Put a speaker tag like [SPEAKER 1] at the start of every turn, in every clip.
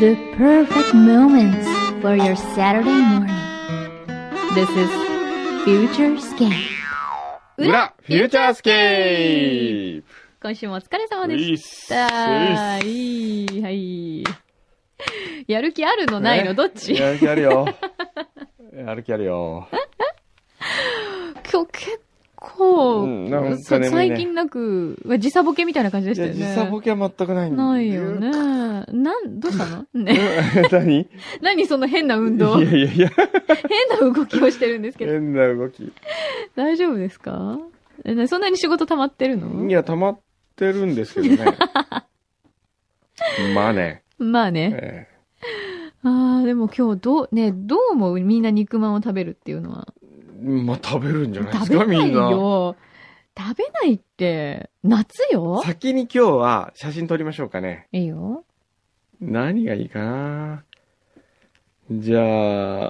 [SPEAKER 1] The perfect moments for your Saturday morning. This is Future Scan.
[SPEAKER 2] 裏フューチャースケープ
[SPEAKER 1] 今週もお疲れ様
[SPEAKER 2] う
[SPEAKER 1] で
[SPEAKER 2] いっ
[SPEAKER 1] し
[SPEAKER 2] す
[SPEAKER 1] た。
[SPEAKER 2] ういっ
[SPEAKER 1] いい、はい。やる気あるの
[SPEAKER 2] す
[SPEAKER 1] ないの
[SPEAKER 2] ね
[SPEAKER 1] どっち
[SPEAKER 2] やる気ある よ。やる気あるよ。
[SPEAKER 1] 今日結構、
[SPEAKER 2] うんなんか
[SPEAKER 1] そう
[SPEAKER 2] 眠いね
[SPEAKER 1] 最近なく、うわ時差ボケみたいな感じで
[SPEAKER 2] い
[SPEAKER 1] した
[SPEAKER 2] や、
[SPEAKER 1] よ
[SPEAKER 2] 時
[SPEAKER 1] ね。
[SPEAKER 2] 差ボケは全くないんだ
[SPEAKER 1] ないよ。ね。なん、どうし たの
[SPEAKER 2] うん
[SPEAKER 1] ね。
[SPEAKER 2] 何い
[SPEAKER 1] 何その変な運動
[SPEAKER 2] やいやいや、
[SPEAKER 1] 変な動きをしてるんですけど。
[SPEAKER 2] 変な動き。
[SPEAKER 1] 大丈夫ですかえなそんなに仕事溜まってるの
[SPEAKER 2] いや、溜まってるんですけど ね。まあね。
[SPEAKER 1] まあね。
[SPEAKER 2] え
[SPEAKER 1] ああ、でも今日どう、ね、どう思うみんな肉まんを食べるっていうのは。
[SPEAKER 2] えまあ食べるんじゃないです
[SPEAKER 1] 食べ
[SPEAKER 2] か、
[SPEAKER 1] な
[SPEAKER 2] み
[SPEAKER 1] い
[SPEAKER 2] んな。
[SPEAKER 1] よ。食べないって、夏よ
[SPEAKER 2] 先に今日は写真撮りましょうかね。
[SPEAKER 1] いいよ。
[SPEAKER 2] 何がいいかなじゃ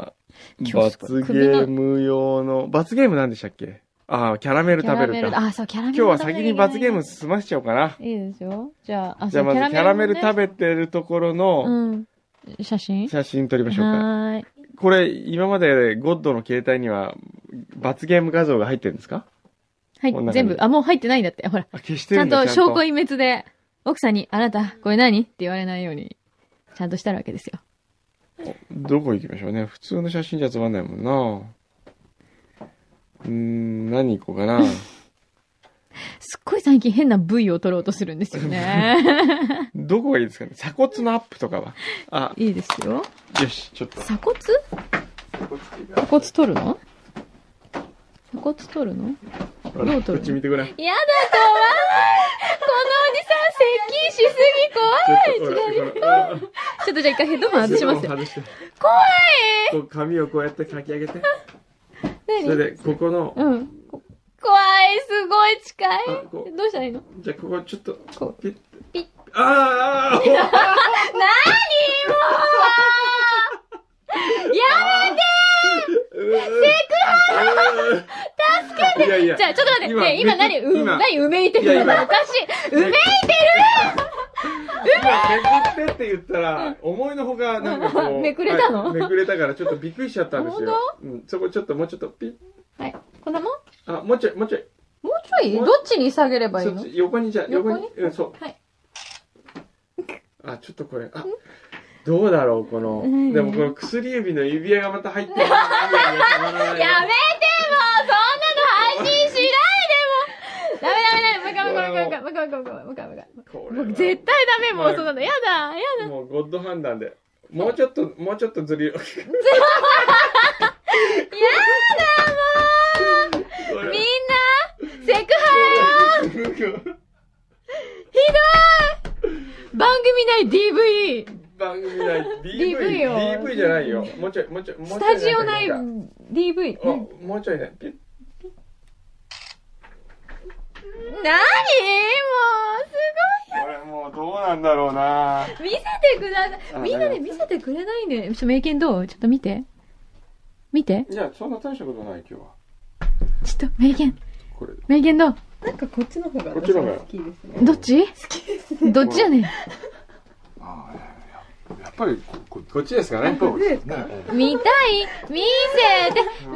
[SPEAKER 2] あ、
[SPEAKER 1] 今日すご
[SPEAKER 2] 罰
[SPEAKER 1] い
[SPEAKER 2] ゲーム用の、罰ゲームなんでしたっけああ、キャラメル
[SPEAKER 1] キャ
[SPEAKER 2] 食べ
[SPEAKER 1] ラメ
[SPEAKER 2] る
[SPEAKER 1] ルだ。
[SPEAKER 2] か。
[SPEAKER 1] あ、そう、キャラメ
[SPEAKER 2] 今
[SPEAKER 1] ル
[SPEAKER 2] 日は先に罰ゲーム
[SPEAKER 1] す
[SPEAKER 2] 済ましちゃおうかな。
[SPEAKER 1] いいですよ。じゃあ、あ
[SPEAKER 2] じゃあまずキャラメル食べ
[SPEAKER 1] べ
[SPEAKER 2] てるところの
[SPEAKER 1] うん。写真
[SPEAKER 2] 写真撮りましょうか。
[SPEAKER 1] はーい。
[SPEAKER 2] これ、今までゴッドの携帯には罰ゲーム画像が入ってるんですかこん
[SPEAKER 1] は、
[SPEAKER 2] ない感
[SPEAKER 1] 全
[SPEAKER 2] じ
[SPEAKER 1] 部。あ、もう入ってないんだって。ほら。
[SPEAKER 2] あ、消して
[SPEAKER 1] ちゃ
[SPEAKER 2] るん
[SPEAKER 1] ん
[SPEAKER 2] だ
[SPEAKER 1] と証拠
[SPEAKER 2] ち
[SPEAKER 1] 隠滅で、奥さんに、あなた、これ何って言われないように、ちゃんとしたわけですよ。
[SPEAKER 2] ゃんとどこ行きましょうね。普通の写真じゃつまんないもんな。うーん、何行こう かな。
[SPEAKER 1] すっごい最近変な部位を取ろうとするんですよね。
[SPEAKER 2] どこがいいですかね鎖骨のアップとかは。あ、
[SPEAKER 1] いいですよ。
[SPEAKER 2] よし、ちょっと。
[SPEAKER 1] 鎖骨鎖骨取るの鎖骨取るの
[SPEAKER 2] ほ
[SPEAKER 1] ど
[SPEAKER 2] ら
[SPEAKER 1] う撮
[SPEAKER 2] こ
[SPEAKER 1] る
[SPEAKER 2] っち見てごらん。ち
[SPEAKER 1] やだ、怖いこのおじさん、接近しすぎ怖い違う。
[SPEAKER 2] ょっとほら、ほら
[SPEAKER 1] ちょっとじゃあ一回ヘッドホン外しますよ。
[SPEAKER 2] 外して。
[SPEAKER 1] 怖
[SPEAKER 2] こう髪をこうやってかき上げて。それ
[SPEAKER 1] 何
[SPEAKER 2] で、ここの、
[SPEAKER 1] うん。こ怖い、すごい近
[SPEAKER 2] あこ
[SPEAKER 1] い。どうしたらいいの
[SPEAKER 2] じゃあここちょっと、
[SPEAKER 1] こ
[SPEAKER 2] ピッ。
[SPEAKER 1] ピッ。
[SPEAKER 2] あーあー
[SPEAKER 1] なにもうやめて
[SPEAKER 2] セクハラ助けていやいや
[SPEAKER 1] じゃあ、ちょっと待って。ねえ、今何、う、
[SPEAKER 2] 今
[SPEAKER 1] 何、うめいて
[SPEAKER 2] いや
[SPEAKER 1] るの
[SPEAKER 2] 今
[SPEAKER 1] おかしい。うめいてる
[SPEAKER 2] 今めくってって言ったら、思いのほか、なんかこ
[SPEAKER 1] う
[SPEAKER 2] う。
[SPEAKER 1] んめくれたの
[SPEAKER 2] はいめくれたから、ちょっとびっくりしちゃったんですよ。うん、そこちょっと、もうちょっと、ピッ。
[SPEAKER 1] はい。こんなもん
[SPEAKER 2] あ、もうちょい、もうちょい。
[SPEAKER 1] もうちょいどっちに下げればいい
[SPEAKER 2] そっ
[SPEAKER 1] の
[SPEAKER 2] ち、横にじゃあ、横に
[SPEAKER 1] 横。
[SPEAKER 2] うん、そう。
[SPEAKER 1] はい。
[SPEAKER 2] あ、ちょっとこれ、あ、どうだろう、この
[SPEAKER 1] うん。
[SPEAKER 2] でもこの薬指の指輪がまた入ってる。いやいやたまらない
[SPEAKER 1] やめてもうそんなの配信しないでもダメダメダメもう一回もう一回もう一回もう一回もう一回もう一回もう
[SPEAKER 2] こ
[SPEAKER 1] 一
[SPEAKER 2] れは
[SPEAKER 1] 回絶対ダメもうそんなのやだやだ
[SPEAKER 2] もうゴッド判断で。もうちょっと、もうちょっとずり。やだもう
[SPEAKER 1] みんなセクハラひどい番組内 DV
[SPEAKER 2] 番組内 DV,
[SPEAKER 1] DV よ
[SPEAKER 2] DV じゃないよ。もうちょい、もうちょい、もうちょい。
[SPEAKER 1] スタジオ内
[SPEAKER 2] なんか
[SPEAKER 1] DV
[SPEAKER 2] おもうちょいね。ピッ
[SPEAKER 1] 何もうす
[SPEAKER 2] これもうどうなんだろうな
[SPEAKER 1] ごい見せてくださ
[SPEAKER 2] あ
[SPEAKER 1] いみんなで見せてくれないねちょっと名犬どうちょっと見て見て
[SPEAKER 2] いや、そんな大したことない、今日は。
[SPEAKER 1] ちょっと名犬
[SPEAKER 2] これ。
[SPEAKER 1] 名犬どう
[SPEAKER 3] なんかこっちの方が
[SPEAKER 2] こっちの方が
[SPEAKER 3] 私は好きですね。
[SPEAKER 1] どっちどっちやねん
[SPEAKER 2] ああやっぱりこここっちですかね。こっちですか。
[SPEAKER 1] 見たい見せてみ、なんで見せてく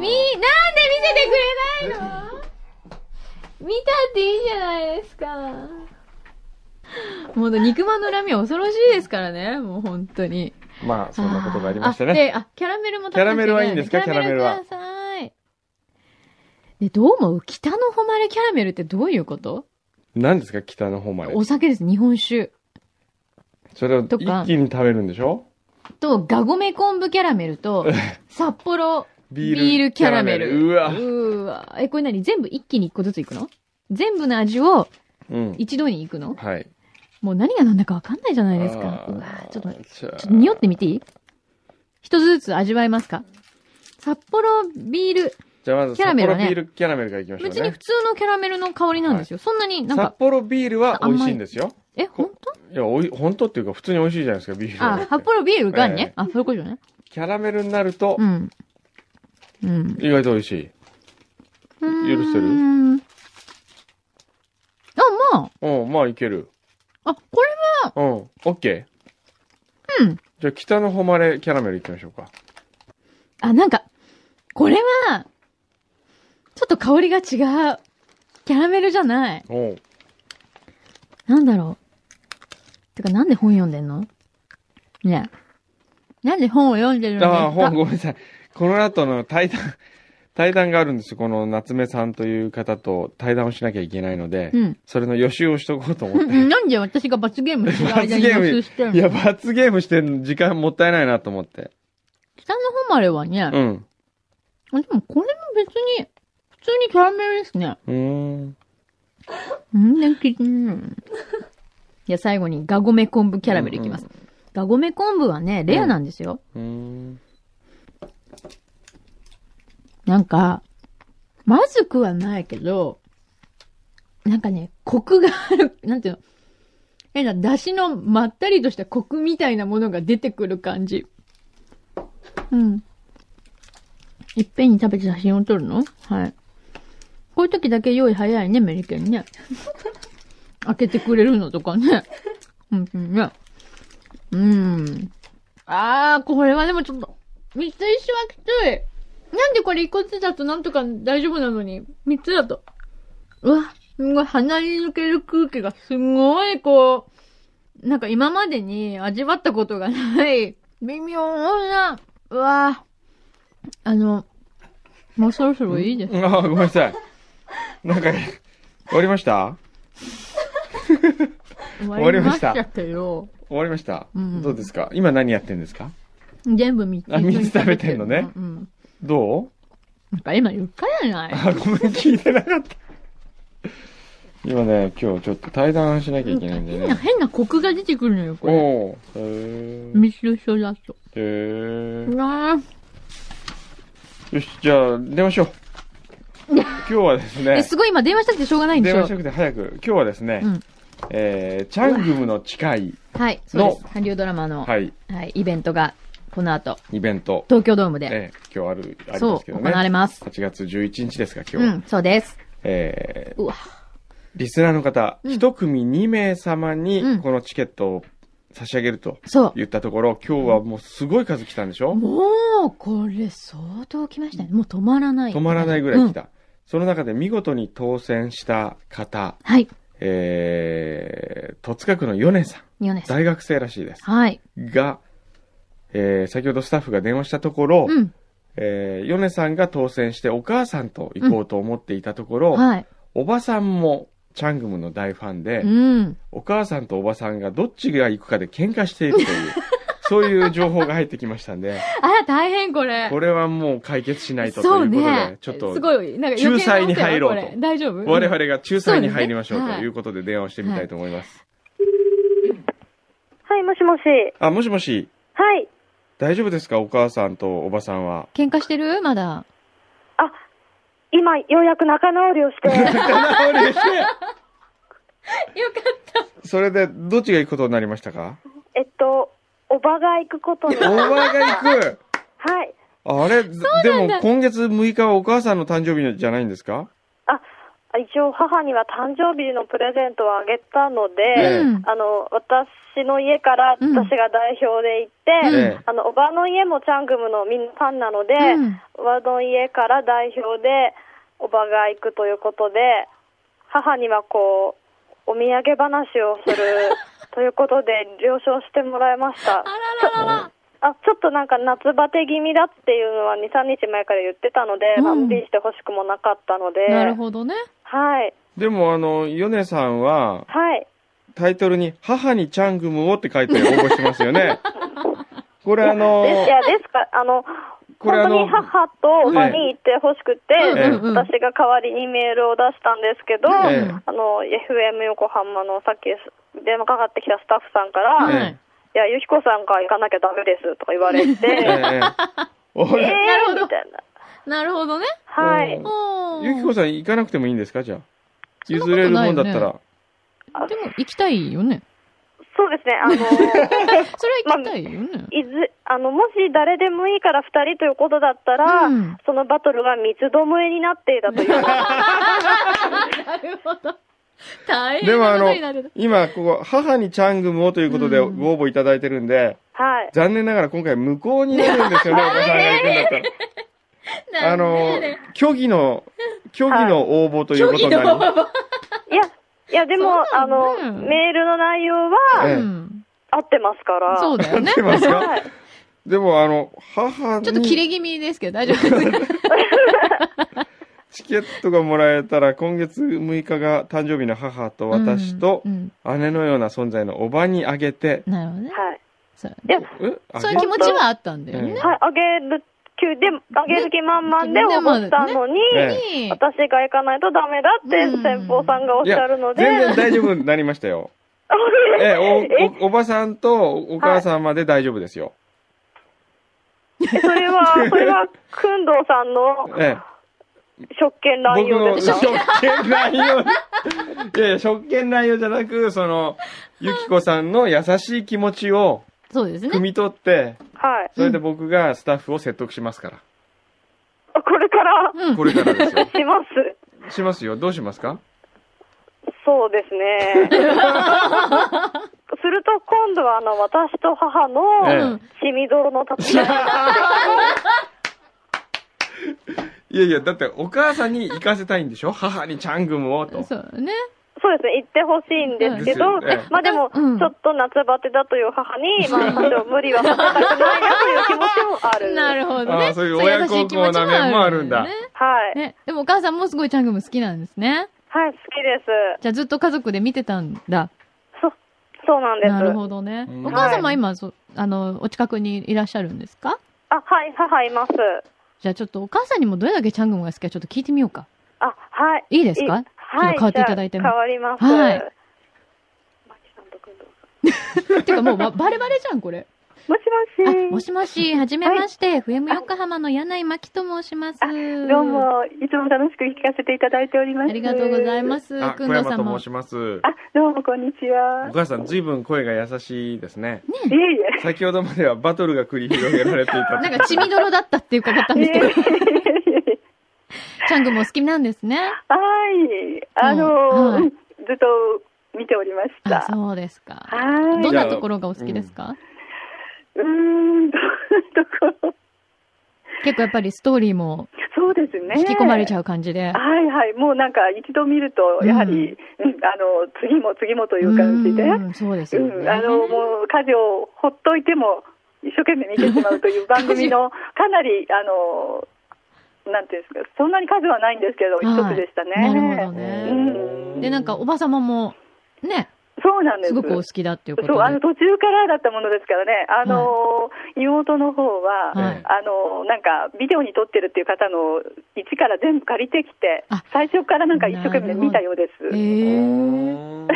[SPEAKER 1] れないの見たっていいじゃないですか。もう肉まんの恨みは恐ろしいですからね、もう本当に。
[SPEAKER 2] まあ、そんなことがありました
[SPEAKER 1] あ
[SPEAKER 2] ね。
[SPEAKER 1] で、あ、キャラメルも食べ
[SPEAKER 2] キャラメルはいいんですか
[SPEAKER 1] キャラメルください。で、どう思う北の誉れキャラメルってどういうこと
[SPEAKER 2] 何ですか、北の方まで。
[SPEAKER 1] お酒です、日本酒。
[SPEAKER 2] それを
[SPEAKER 1] と
[SPEAKER 2] 一
[SPEAKER 1] か
[SPEAKER 2] 気に食べるんでしょ
[SPEAKER 1] と、ガゴメ昆布キャラメ ルと、札幌ビールキャラメル。
[SPEAKER 2] うわ。
[SPEAKER 1] うーわ。え、これ何全部一気に一個ずついくの全部の味を
[SPEAKER 2] うん。
[SPEAKER 1] 一度にいくの
[SPEAKER 2] はい。
[SPEAKER 1] もう何が何だかわかんないじゃないですか。
[SPEAKER 2] あー
[SPEAKER 1] うわちょっと、ち
[SPEAKER 2] じ
[SPEAKER 1] ょ
[SPEAKER 2] ゃあ
[SPEAKER 1] っと匂ってみていい一つずつ味わえますか札幌ビール、
[SPEAKER 2] じゃあまず、
[SPEAKER 1] キャ
[SPEAKER 2] 札
[SPEAKER 1] ラメル
[SPEAKER 2] 幌
[SPEAKER 1] ね
[SPEAKER 2] ビールキャラメルからいきましょう
[SPEAKER 1] 別に
[SPEAKER 2] ね
[SPEAKER 1] 普。通のキャラメルの香りなんですよ。そんなになん
[SPEAKER 2] 札
[SPEAKER 1] か、
[SPEAKER 2] 幌ビールは美味しいんですよ。
[SPEAKER 1] え、ほんと
[SPEAKER 2] いや、おい、本当っていうか、普通に美味しいじゃないですか、ビールは
[SPEAKER 1] あ、札幌ビールがんね
[SPEAKER 2] ええ。
[SPEAKER 1] あ、そういうことね。
[SPEAKER 2] キャラメルになると
[SPEAKER 1] う、ん。うん。
[SPEAKER 2] 意外と美味しい。
[SPEAKER 1] うーん
[SPEAKER 2] 許してる
[SPEAKER 1] あ、ま
[SPEAKER 2] うん、まあいける。
[SPEAKER 1] あ、これは、
[SPEAKER 2] うん、オッケー。
[SPEAKER 1] うん。
[SPEAKER 2] じゃあ、北の誉れキャラメルいきましょうか。
[SPEAKER 1] あ、なんか、これは、ちょっと香りが違う。キャラメルじゃない。
[SPEAKER 2] おう
[SPEAKER 1] なんだろう。てか、なんで本読んでんのねえ。なんで本を読んでるんです
[SPEAKER 2] あ
[SPEAKER 1] か
[SPEAKER 2] あ、ほん、ごめんなさい。この後の対談、 対談があるんですよ。この夏目さんという方と対談をしなきゃいけないので、
[SPEAKER 1] うん。
[SPEAKER 2] それの予習をしとこうと思っ
[SPEAKER 1] う
[SPEAKER 2] て。
[SPEAKER 1] んなんで私が罰ゲームしてる間
[SPEAKER 2] 罰
[SPEAKER 1] に
[SPEAKER 2] ゲーム
[SPEAKER 1] 予習して る
[SPEAKER 2] いや、
[SPEAKER 1] の
[SPEAKER 2] 罰ゲームしてる時間もったいないなと思って。
[SPEAKER 1] 北の誉れはね、あで
[SPEAKER 2] うん。
[SPEAKER 1] もこれも別に、普通にキャラメルですね。
[SPEAKER 2] うーん。
[SPEAKER 1] うん、なんか、うん。じゃあ最後にガゴメ昆布キャラメルいきます。ガゴメ昆布はね、レアなんですよ。
[SPEAKER 2] うーん。
[SPEAKER 1] なんか、まずくはないけど、なんかね、コクがある、なんていうの。変な、出汁のまったりとしたコクみたいなものが出てくる感じ。うん。いっぺんに食べて写真を撮るのはい。こういう時だけ用意早いね、メリケンね。開けてくれるのとかね。うん、うんね。うん。あー、これはでもちょっと、三つ石はきつい。なんでこれ一個ずつだとなんとか大丈夫なのに、三つだと。うわ、すごい鼻に抜ける空気がすごいこう、なんか今までに味わったことがない、微妙な、うわあの、もうそろそろいいです。
[SPEAKER 2] ああ、ごめんなさい。なんか、終わりました
[SPEAKER 1] 終
[SPEAKER 2] わりました
[SPEAKER 1] わりましたけど、
[SPEAKER 2] 終わりました、
[SPEAKER 1] うん
[SPEAKER 2] どうですか今何やってんですか
[SPEAKER 1] 全部三つ。
[SPEAKER 2] あ三つ食べてんのね
[SPEAKER 1] うん。
[SPEAKER 2] どう
[SPEAKER 1] なんか今言ったじゃない
[SPEAKER 2] あ、ごめん、聞いてなかった。今ね、今日ちょっと対談しなきゃいけないんで
[SPEAKER 1] 変な、
[SPEAKER 2] ね。
[SPEAKER 1] 変なコクが出てくるのよ、こ
[SPEAKER 2] お
[SPEAKER 1] れ。
[SPEAKER 2] おうへー
[SPEAKER 1] 三つ一緒だと。
[SPEAKER 2] へー
[SPEAKER 1] うわー
[SPEAKER 2] よし、じゃあ、出ましょう。 今日はです
[SPEAKER 1] え、
[SPEAKER 2] ね、
[SPEAKER 1] すごい今電話したくてしょうがないんで
[SPEAKER 2] 電
[SPEAKER 1] し
[SPEAKER 2] 話
[SPEAKER 1] ょ
[SPEAKER 2] したくて早く、今日はですね、
[SPEAKER 1] うん
[SPEAKER 2] えー、チャングムの近い、
[SPEAKER 1] はい、そうです
[SPEAKER 2] の。
[SPEAKER 1] 韓流ドラマの、は
[SPEAKER 2] はい、
[SPEAKER 1] い、イベントが、この後、
[SPEAKER 2] イベント、
[SPEAKER 1] 東京ドームで、
[SPEAKER 2] えー、今日ある、ありま
[SPEAKER 1] そ
[SPEAKER 2] す
[SPEAKER 1] う、
[SPEAKER 2] けど
[SPEAKER 1] 行
[SPEAKER 2] ね。
[SPEAKER 1] われます。
[SPEAKER 2] 8月11日ですか、今
[SPEAKER 1] う
[SPEAKER 2] 日。
[SPEAKER 1] ん、そうです。
[SPEAKER 2] えー
[SPEAKER 1] うわ。
[SPEAKER 2] リスナーの方、
[SPEAKER 1] うん
[SPEAKER 2] 一組2名様
[SPEAKER 1] う
[SPEAKER 2] に
[SPEAKER 1] ん
[SPEAKER 2] このチケットを差し上げると
[SPEAKER 1] そ
[SPEAKER 2] 言ったところ、今日はもうすごい数来たんでしょ
[SPEAKER 1] う。もう、これ相当来ましたね。もう止まらない。
[SPEAKER 2] 止まらないぐらい来
[SPEAKER 1] うん
[SPEAKER 2] た。その中で見事に当選した方、
[SPEAKER 1] はい、
[SPEAKER 2] えー、戸塚区のヨネさん、
[SPEAKER 1] ヨネさん。
[SPEAKER 2] 大学生らしいです。
[SPEAKER 1] はい。
[SPEAKER 2] が、えー、先ほどスタッフが電話したところ、
[SPEAKER 1] うん。
[SPEAKER 2] えー、ヨネさんが当選してお母さんと行こうと思っていたところ、
[SPEAKER 1] はい。
[SPEAKER 2] おばさんもチャングムの大ファンで、
[SPEAKER 1] うん。
[SPEAKER 2] お母さんとおばさんがどっちが行くかで喧嘩しているという、そういう情報が入ってきましたんで、
[SPEAKER 1] あら、大変これ。
[SPEAKER 2] これはもう解決しないとと
[SPEAKER 1] そう
[SPEAKER 2] いうことで
[SPEAKER 1] ね。、
[SPEAKER 2] ちょっと
[SPEAKER 1] すごい、なんか余計な音やわ
[SPEAKER 2] 仲裁に入ろうと
[SPEAKER 1] これ大丈夫
[SPEAKER 2] 我々が仲裁に入りましょう
[SPEAKER 1] そう
[SPEAKER 2] と
[SPEAKER 1] ですね
[SPEAKER 2] いうことで電話をしてみたいと思います。
[SPEAKER 3] はい、もしもし。
[SPEAKER 2] あ、もしもし、
[SPEAKER 3] はい。
[SPEAKER 2] 大丈夫ですかお母さんとおばさんは。
[SPEAKER 1] 喧嘩してるまだ。
[SPEAKER 3] あ、今、ようやく仲直り をして、
[SPEAKER 2] 仲直りして
[SPEAKER 1] よかっ
[SPEAKER 2] それで、どっちが行くことになりましたか
[SPEAKER 3] えっと、おばが行くことに。
[SPEAKER 2] おば
[SPEAKER 3] はい。
[SPEAKER 2] が行くあれ、でも今月6日はお母さんの誕生日じゃないんですか
[SPEAKER 3] あ、一応母には誕生日のプレゼントをあげたの
[SPEAKER 1] た。
[SPEAKER 3] で、
[SPEAKER 2] え
[SPEAKER 1] うん。
[SPEAKER 3] あの、私の家から
[SPEAKER 1] うん
[SPEAKER 3] 私が代表で行って、
[SPEAKER 1] え
[SPEAKER 2] え
[SPEAKER 3] あの、おばの家もチャングムのみんなファンなので、
[SPEAKER 1] うん
[SPEAKER 3] おばの家から代表でおばが行くということで、母にはこう、お土産話をするということ で了承してもらいました。
[SPEAKER 1] あらららら。
[SPEAKER 3] あ、ちょっとなんか夏バテ気味だっていうのは2、3日前から言ってたので、
[SPEAKER 1] うん
[SPEAKER 3] まあ無理してほしくもなかったので、
[SPEAKER 1] なるほどね。
[SPEAKER 3] はい、
[SPEAKER 2] でもあの、ヨネさんは、
[SPEAKER 3] はい、
[SPEAKER 2] タイトルに、母にチャングムをって書いて応募してますよね。これあの、
[SPEAKER 3] ですいやですからあの
[SPEAKER 2] こ
[SPEAKER 3] 本
[SPEAKER 2] れあ
[SPEAKER 3] 当
[SPEAKER 2] の
[SPEAKER 3] に、母とおばに行ってほしくて、
[SPEAKER 1] え
[SPEAKER 2] え
[SPEAKER 3] 私が代わりにメールを出したんですけど、
[SPEAKER 2] ええ
[SPEAKER 3] あの FM 横浜のさっき電話かかってきたスタッフさんから
[SPEAKER 1] は
[SPEAKER 2] え
[SPEAKER 1] い、
[SPEAKER 2] え
[SPEAKER 3] いや、ゆきこさんが行かなきゃダメですとか言 われて、
[SPEAKER 2] ええお
[SPEAKER 3] え
[SPEAKER 2] い
[SPEAKER 1] なるほ
[SPEAKER 3] ー
[SPEAKER 1] ど
[SPEAKER 3] みたいな。
[SPEAKER 1] なるほどね。
[SPEAKER 3] はい。
[SPEAKER 1] おー
[SPEAKER 2] ゆきこさん行かなくてもいいんですかじゃあ。
[SPEAKER 1] そんな
[SPEAKER 2] 譲
[SPEAKER 1] ことな
[SPEAKER 2] れ
[SPEAKER 1] いよ
[SPEAKER 2] るもん
[SPEAKER 1] ね
[SPEAKER 2] だったら。
[SPEAKER 1] でも、行きたいよね。
[SPEAKER 3] そうですね、 あの、
[SPEAKER 1] それは行きたいよね。
[SPEAKER 3] いず、あの、もし誰でもいいから二人ということだったら、
[SPEAKER 1] うん
[SPEAKER 3] そ のバトルが三つどもえになっていたという。
[SPEAKER 1] なるほど。大
[SPEAKER 2] で
[SPEAKER 1] 変
[SPEAKER 2] も
[SPEAKER 1] な
[SPEAKER 2] あ
[SPEAKER 1] こと
[SPEAKER 2] の
[SPEAKER 1] になる、
[SPEAKER 2] 今、ここ、母にチャングムをということで
[SPEAKER 1] うん
[SPEAKER 2] ご応募いただいてるんで、
[SPEAKER 3] はい。
[SPEAKER 2] 残念ながら今回無効になるんです よね、おばさんが行くんだったら。あの
[SPEAKER 1] なんで、
[SPEAKER 2] 虚偽の、虚偽の応募というこ
[SPEAKER 1] 虚
[SPEAKER 2] と
[SPEAKER 1] 偽
[SPEAKER 2] になりま
[SPEAKER 1] の
[SPEAKER 2] す。
[SPEAKER 3] いや、いや、でも、
[SPEAKER 1] そ
[SPEAKER 3] あ
[SPEAKER 1] うな
[SPEAKER 3] の
[SPEAKER 1] んだ、
[SPEAKER 3] メールの内容
[SPEAKER 2] ええ
[SPEAKER 3] は
[SPEAKER 1] うん
[SPEAKER 3] 合ってますから。
[SPEAKER 1] そうだよね
[SPEAKER 2] 合っ。てますか
[SPEAKER 3] はい。
[SPEAKER 2] でも、あの、母に
[SPEAKER 1] ちょっと切れ気味ですけど、大丈夫ですか
[SPEAKER 2] チケットがもらえたら、今月6日が誕生日の母と私と
[SPEAKER 1] う、ん
[SPEAKER 2] 姉のような存在のおばにあげて、
[SPEAKER 1] うんなるほどね。
[SPEAKER 3] はい。
[SPEAKER 1] そう
[SPEAKER 3] いや、
[SPEAKER 2] えあ
[SPEAKER 1] そう
[SPEAKER 2] げ
[SPEAKER 1] いう気持ちはあったんだよ
[SPEAKER 2] う
[SPEAKER 1] ね
[SPEAKER 2] ん。
[SPEAKER 3] はい、あげる気、で、あげる気満々で
[SPEAKER 1] ね
[SPEAKER 3] 思ったのに、
[SPEAKER 2] ね
[SPEAKER 1] に
[SPEAKER 3] 私が行かないとダメだって
[SPEAKER 1] うん
[SPEAKER 3] 先方さんがおっしゃるの
[SPEAKER 2] い
[SPEAKER 3] で、
[SPEAKER 2] や全 然大丈夫になりましたよ。ええ、お、お、おばさんとお母さんまで大丈夫ですよ。
[SPEAKER 3] それは、 それは、くんどうさんの
[SPEAKER 2] ええ。
[SPEAKER 3] 職権乱
[SPEAKER 2] 僕
[SPEAKER 3] 用
[SPEAKER 2] の
[SPEAKER 3] です
[SPEAKER 2] 職
[SPEAKER 3] か
[SPEAKER 2] 権乱用。いやいや、職権乱用じゃなく、その、ゆきこさんの優しい気持ちを
[SPEAKER 1] そうです
[SPEAKER 2] 汲
[SPEAKER 1] ね。
[SPEAKER 2] み取って、
[SPEAKER 3] はい。
[SPEAKER 2] それで僕がスタッフを説得しますか
[SPEAKER 3] これから、
[SPEAKER 1] う
[SPEAKER 2] ら。
[SPEAKER 1] ん
[SPEAKER 2] こ。れからですよ。
[SPEAKER 3] します。
[SPEAKER 2] しますよ。どうします か
[SPEAKER 3] そうで すね。すると、今度は、あの、私と母
[SPEAKER 2] え
[SPEAKER 3] の、シミドロの戦いになっ
[SPEAKER 2] いやいや、だってお母さんに行かせたいんでしょ母にチャングムをと。
[SPEAKER 1] そうね。
[SPEAKER 3] そうですね、行ってほしいんですけど、
[SPEAKER 2] ですよね
[SPEAKER 3] まあでも、ち
[SPEAKER 1] うん
[SPEAKER 3] ょっと夏バテだという母に、まあ、多少無理はさせたくないなという気持ちもあ る。
[SPEAKER 1] なるほど
[SPEAKER 2] あ
[SPEAKER 1] ね。
[SPEAKER 2] ーそういう親孝行な面もあるんだ
[SPEAKER 1] そういう優しい気持ちもあるんだよね
[SPEAKER 3] はい、
[SPEAKER 1] ね。でもお母さんもすごいチャングム好きなんですね。
[SPEAKER 3] はい、好きです。
[SPEAKER 1] じゃあずっと家族で見てたんだ。
[SPEAKER 3] そ、そうなんです。
[SPEAKER 1] なるほどね
[SPEAKER 2] う。ん
[SPEAKER 1] お母様今、そうあの、お近くにいらっしゃるんですか
[SPEAKER 3] あ、はい、母います。
[SPEAKER 1] じゃあちょっとお母さんにもどれだけチャングムが好きかちょっと聞いてみようか。
[SPEAKER 3] あ、はい。
[SPEAKER 1] いいですか
[SPEAKER 3] はい。
[SPEAKER 1] ちょっと変わっていただいても
[SPEAKER 3] じゃあ変わります。
[SPEAKER 1] はい
[SPEAKER 3] マキさんと工藤さ
[SPEAKER 1] てかもうばバレバレじゃん、これ。
[SPEAKER 3] んもし
[SPEAKER 1] あ、
[SPEAKER 3] も
[SPEAKER 1] も
[SPEAKER 3] し。
[SPEAKER 1] しもし、はじめまして、FM 横浜の柳井真紀と申します。
[SPEAKER 3] どう。も、いつも楽しく聞かせていただいており
[SPEAKER 1] あ
[SPEAKER 3] ます。
[SPEAKER 1] りがとうございます。
[SPEAKER 2] あ、
[SPEAKER 1] く
[SPEAKER 2] 小
[SPEAKER 1] んど
[SPEAKER 2] 山
[SPEAKER 1] さん
[SPEAKER 2] と
[SPEAKER 1] も
[SPEAKER 2] 申。します。
[SPEAKER 3] あ、どうも、こんにちは
[SPEAKER 2] お。母さん、ずいぶん声が優しいですね。
[SPEAKER 3] いえいえ。
[SPEAKER 2] 先ほどまではバトルが繰り広げられていたと
[SPEAKER 1] なんか血みどろだったって伺ったんですけど、チャングムお好きなんですね。
[SPEAKER 4] はい。あの
[SPEAKER 1] うんはい
[SPEAKER 4] うんずっと見ておりまし
[SPEAKER 1] あ
[SPEAKER 4] た、。
[SPEAKER 1] そうですか。
[SPEAKER 4] はい。
[SPEAKER 1] どんなところがお好きですか
[SPEAKER 4] うー ん、どどこ
[SPEAKER 1] 結構やっぱりストーリーも
[SPEAKER 4] そうですね。
[SPEAKER 1] 引き込まれち
[SPEAKER 4] う。
[SPEAKER 1] ゃう感じで。
[SPEAKER 4] はいはい。もうなんか一度見ると、やはり、うんあの、次も次もという感じで、
[SPEAKER 1] う、
[SPEAKER 4] うん
[SPEAKER 1] そうですよね。
[SPEAKER 4] ん、あの、もう家事をほっといても、一生懸命見てしまうと いう番組の、かなり、あの、なんていうんですか、そんなに数はないんですけど、一
[SPEAKER 1] はい
[SPEAKER 4] つでしたね。
[SPEAKER 1] なるほど
[SPEAKER 4] う
[SPEAKER 1] ね。
[SPEAKER 4] ん
[SPEAKER 1] で、なんかおば様も、ね、
[SPEAKER 4] そうなんです。
[SPEAKER 1] すごくお好きだっていうことで。
[SPEAKER 4] そうあの途中からだったものですからね、あの妹の方は、
[SPEAKER 1] はい
[SPEAKER 4] あのなんかビデオに撮ってるっていう方の位置から全部借りてきて
[SPEAKER 1] あ、
[SPEAKER 4] 最初からなんか一生懸命見たようです。
[SPEAKER 1] へー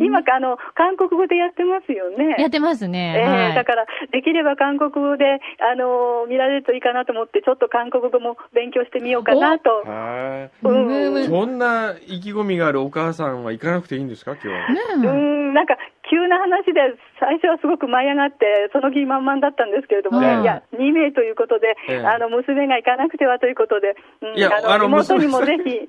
[SPEAKER 4] 今あの、韓国語でやってますよ
[SPEAKER 1] やっ
[SPEAKER 4] ね。
[SPEAKER 1] てます
[SPEAKER 4] え
[SPEAKER 1] ね。
[SPEAKER 4] え
[SPEAKER 1] はい
[SPEAKER 4] だから、できれば韓国語で、あの見られるといいかなと思って、ちょっと韓国語も勉強してみようかなと。
[SPEAKER 2] は
[SPEAKER 1] ブー
[SPEAKER 2] い。
[SPEAKER 1] ム。ね
[SPEAKER 2] そんな意気込みがあるお母さんは行かなくていいんですか、今日は。
[SPEAKER 4] う
[SPEAKER 1] え
[SPEAKER 4] んなんか急な話で最初はすごく舞い上がってその気満々だったんですけれども、
[SPEAKER 2] はい
[SPEAKER 4] いや2名ということで、
[SPEAKER 2] ええ
[SPEAKER 4] あの娘が行かなくてはということで、うん
[SPEAKER 2] いや
[SPEAKER 4] あの
[SPEAKER 2] あの
[SPEAKER 4] 妹にも
[SPEAKER 2] 娘
[SPEAKER 4] ぜ
[SPEAKER 2] さん
[SPEAKER 4] ひ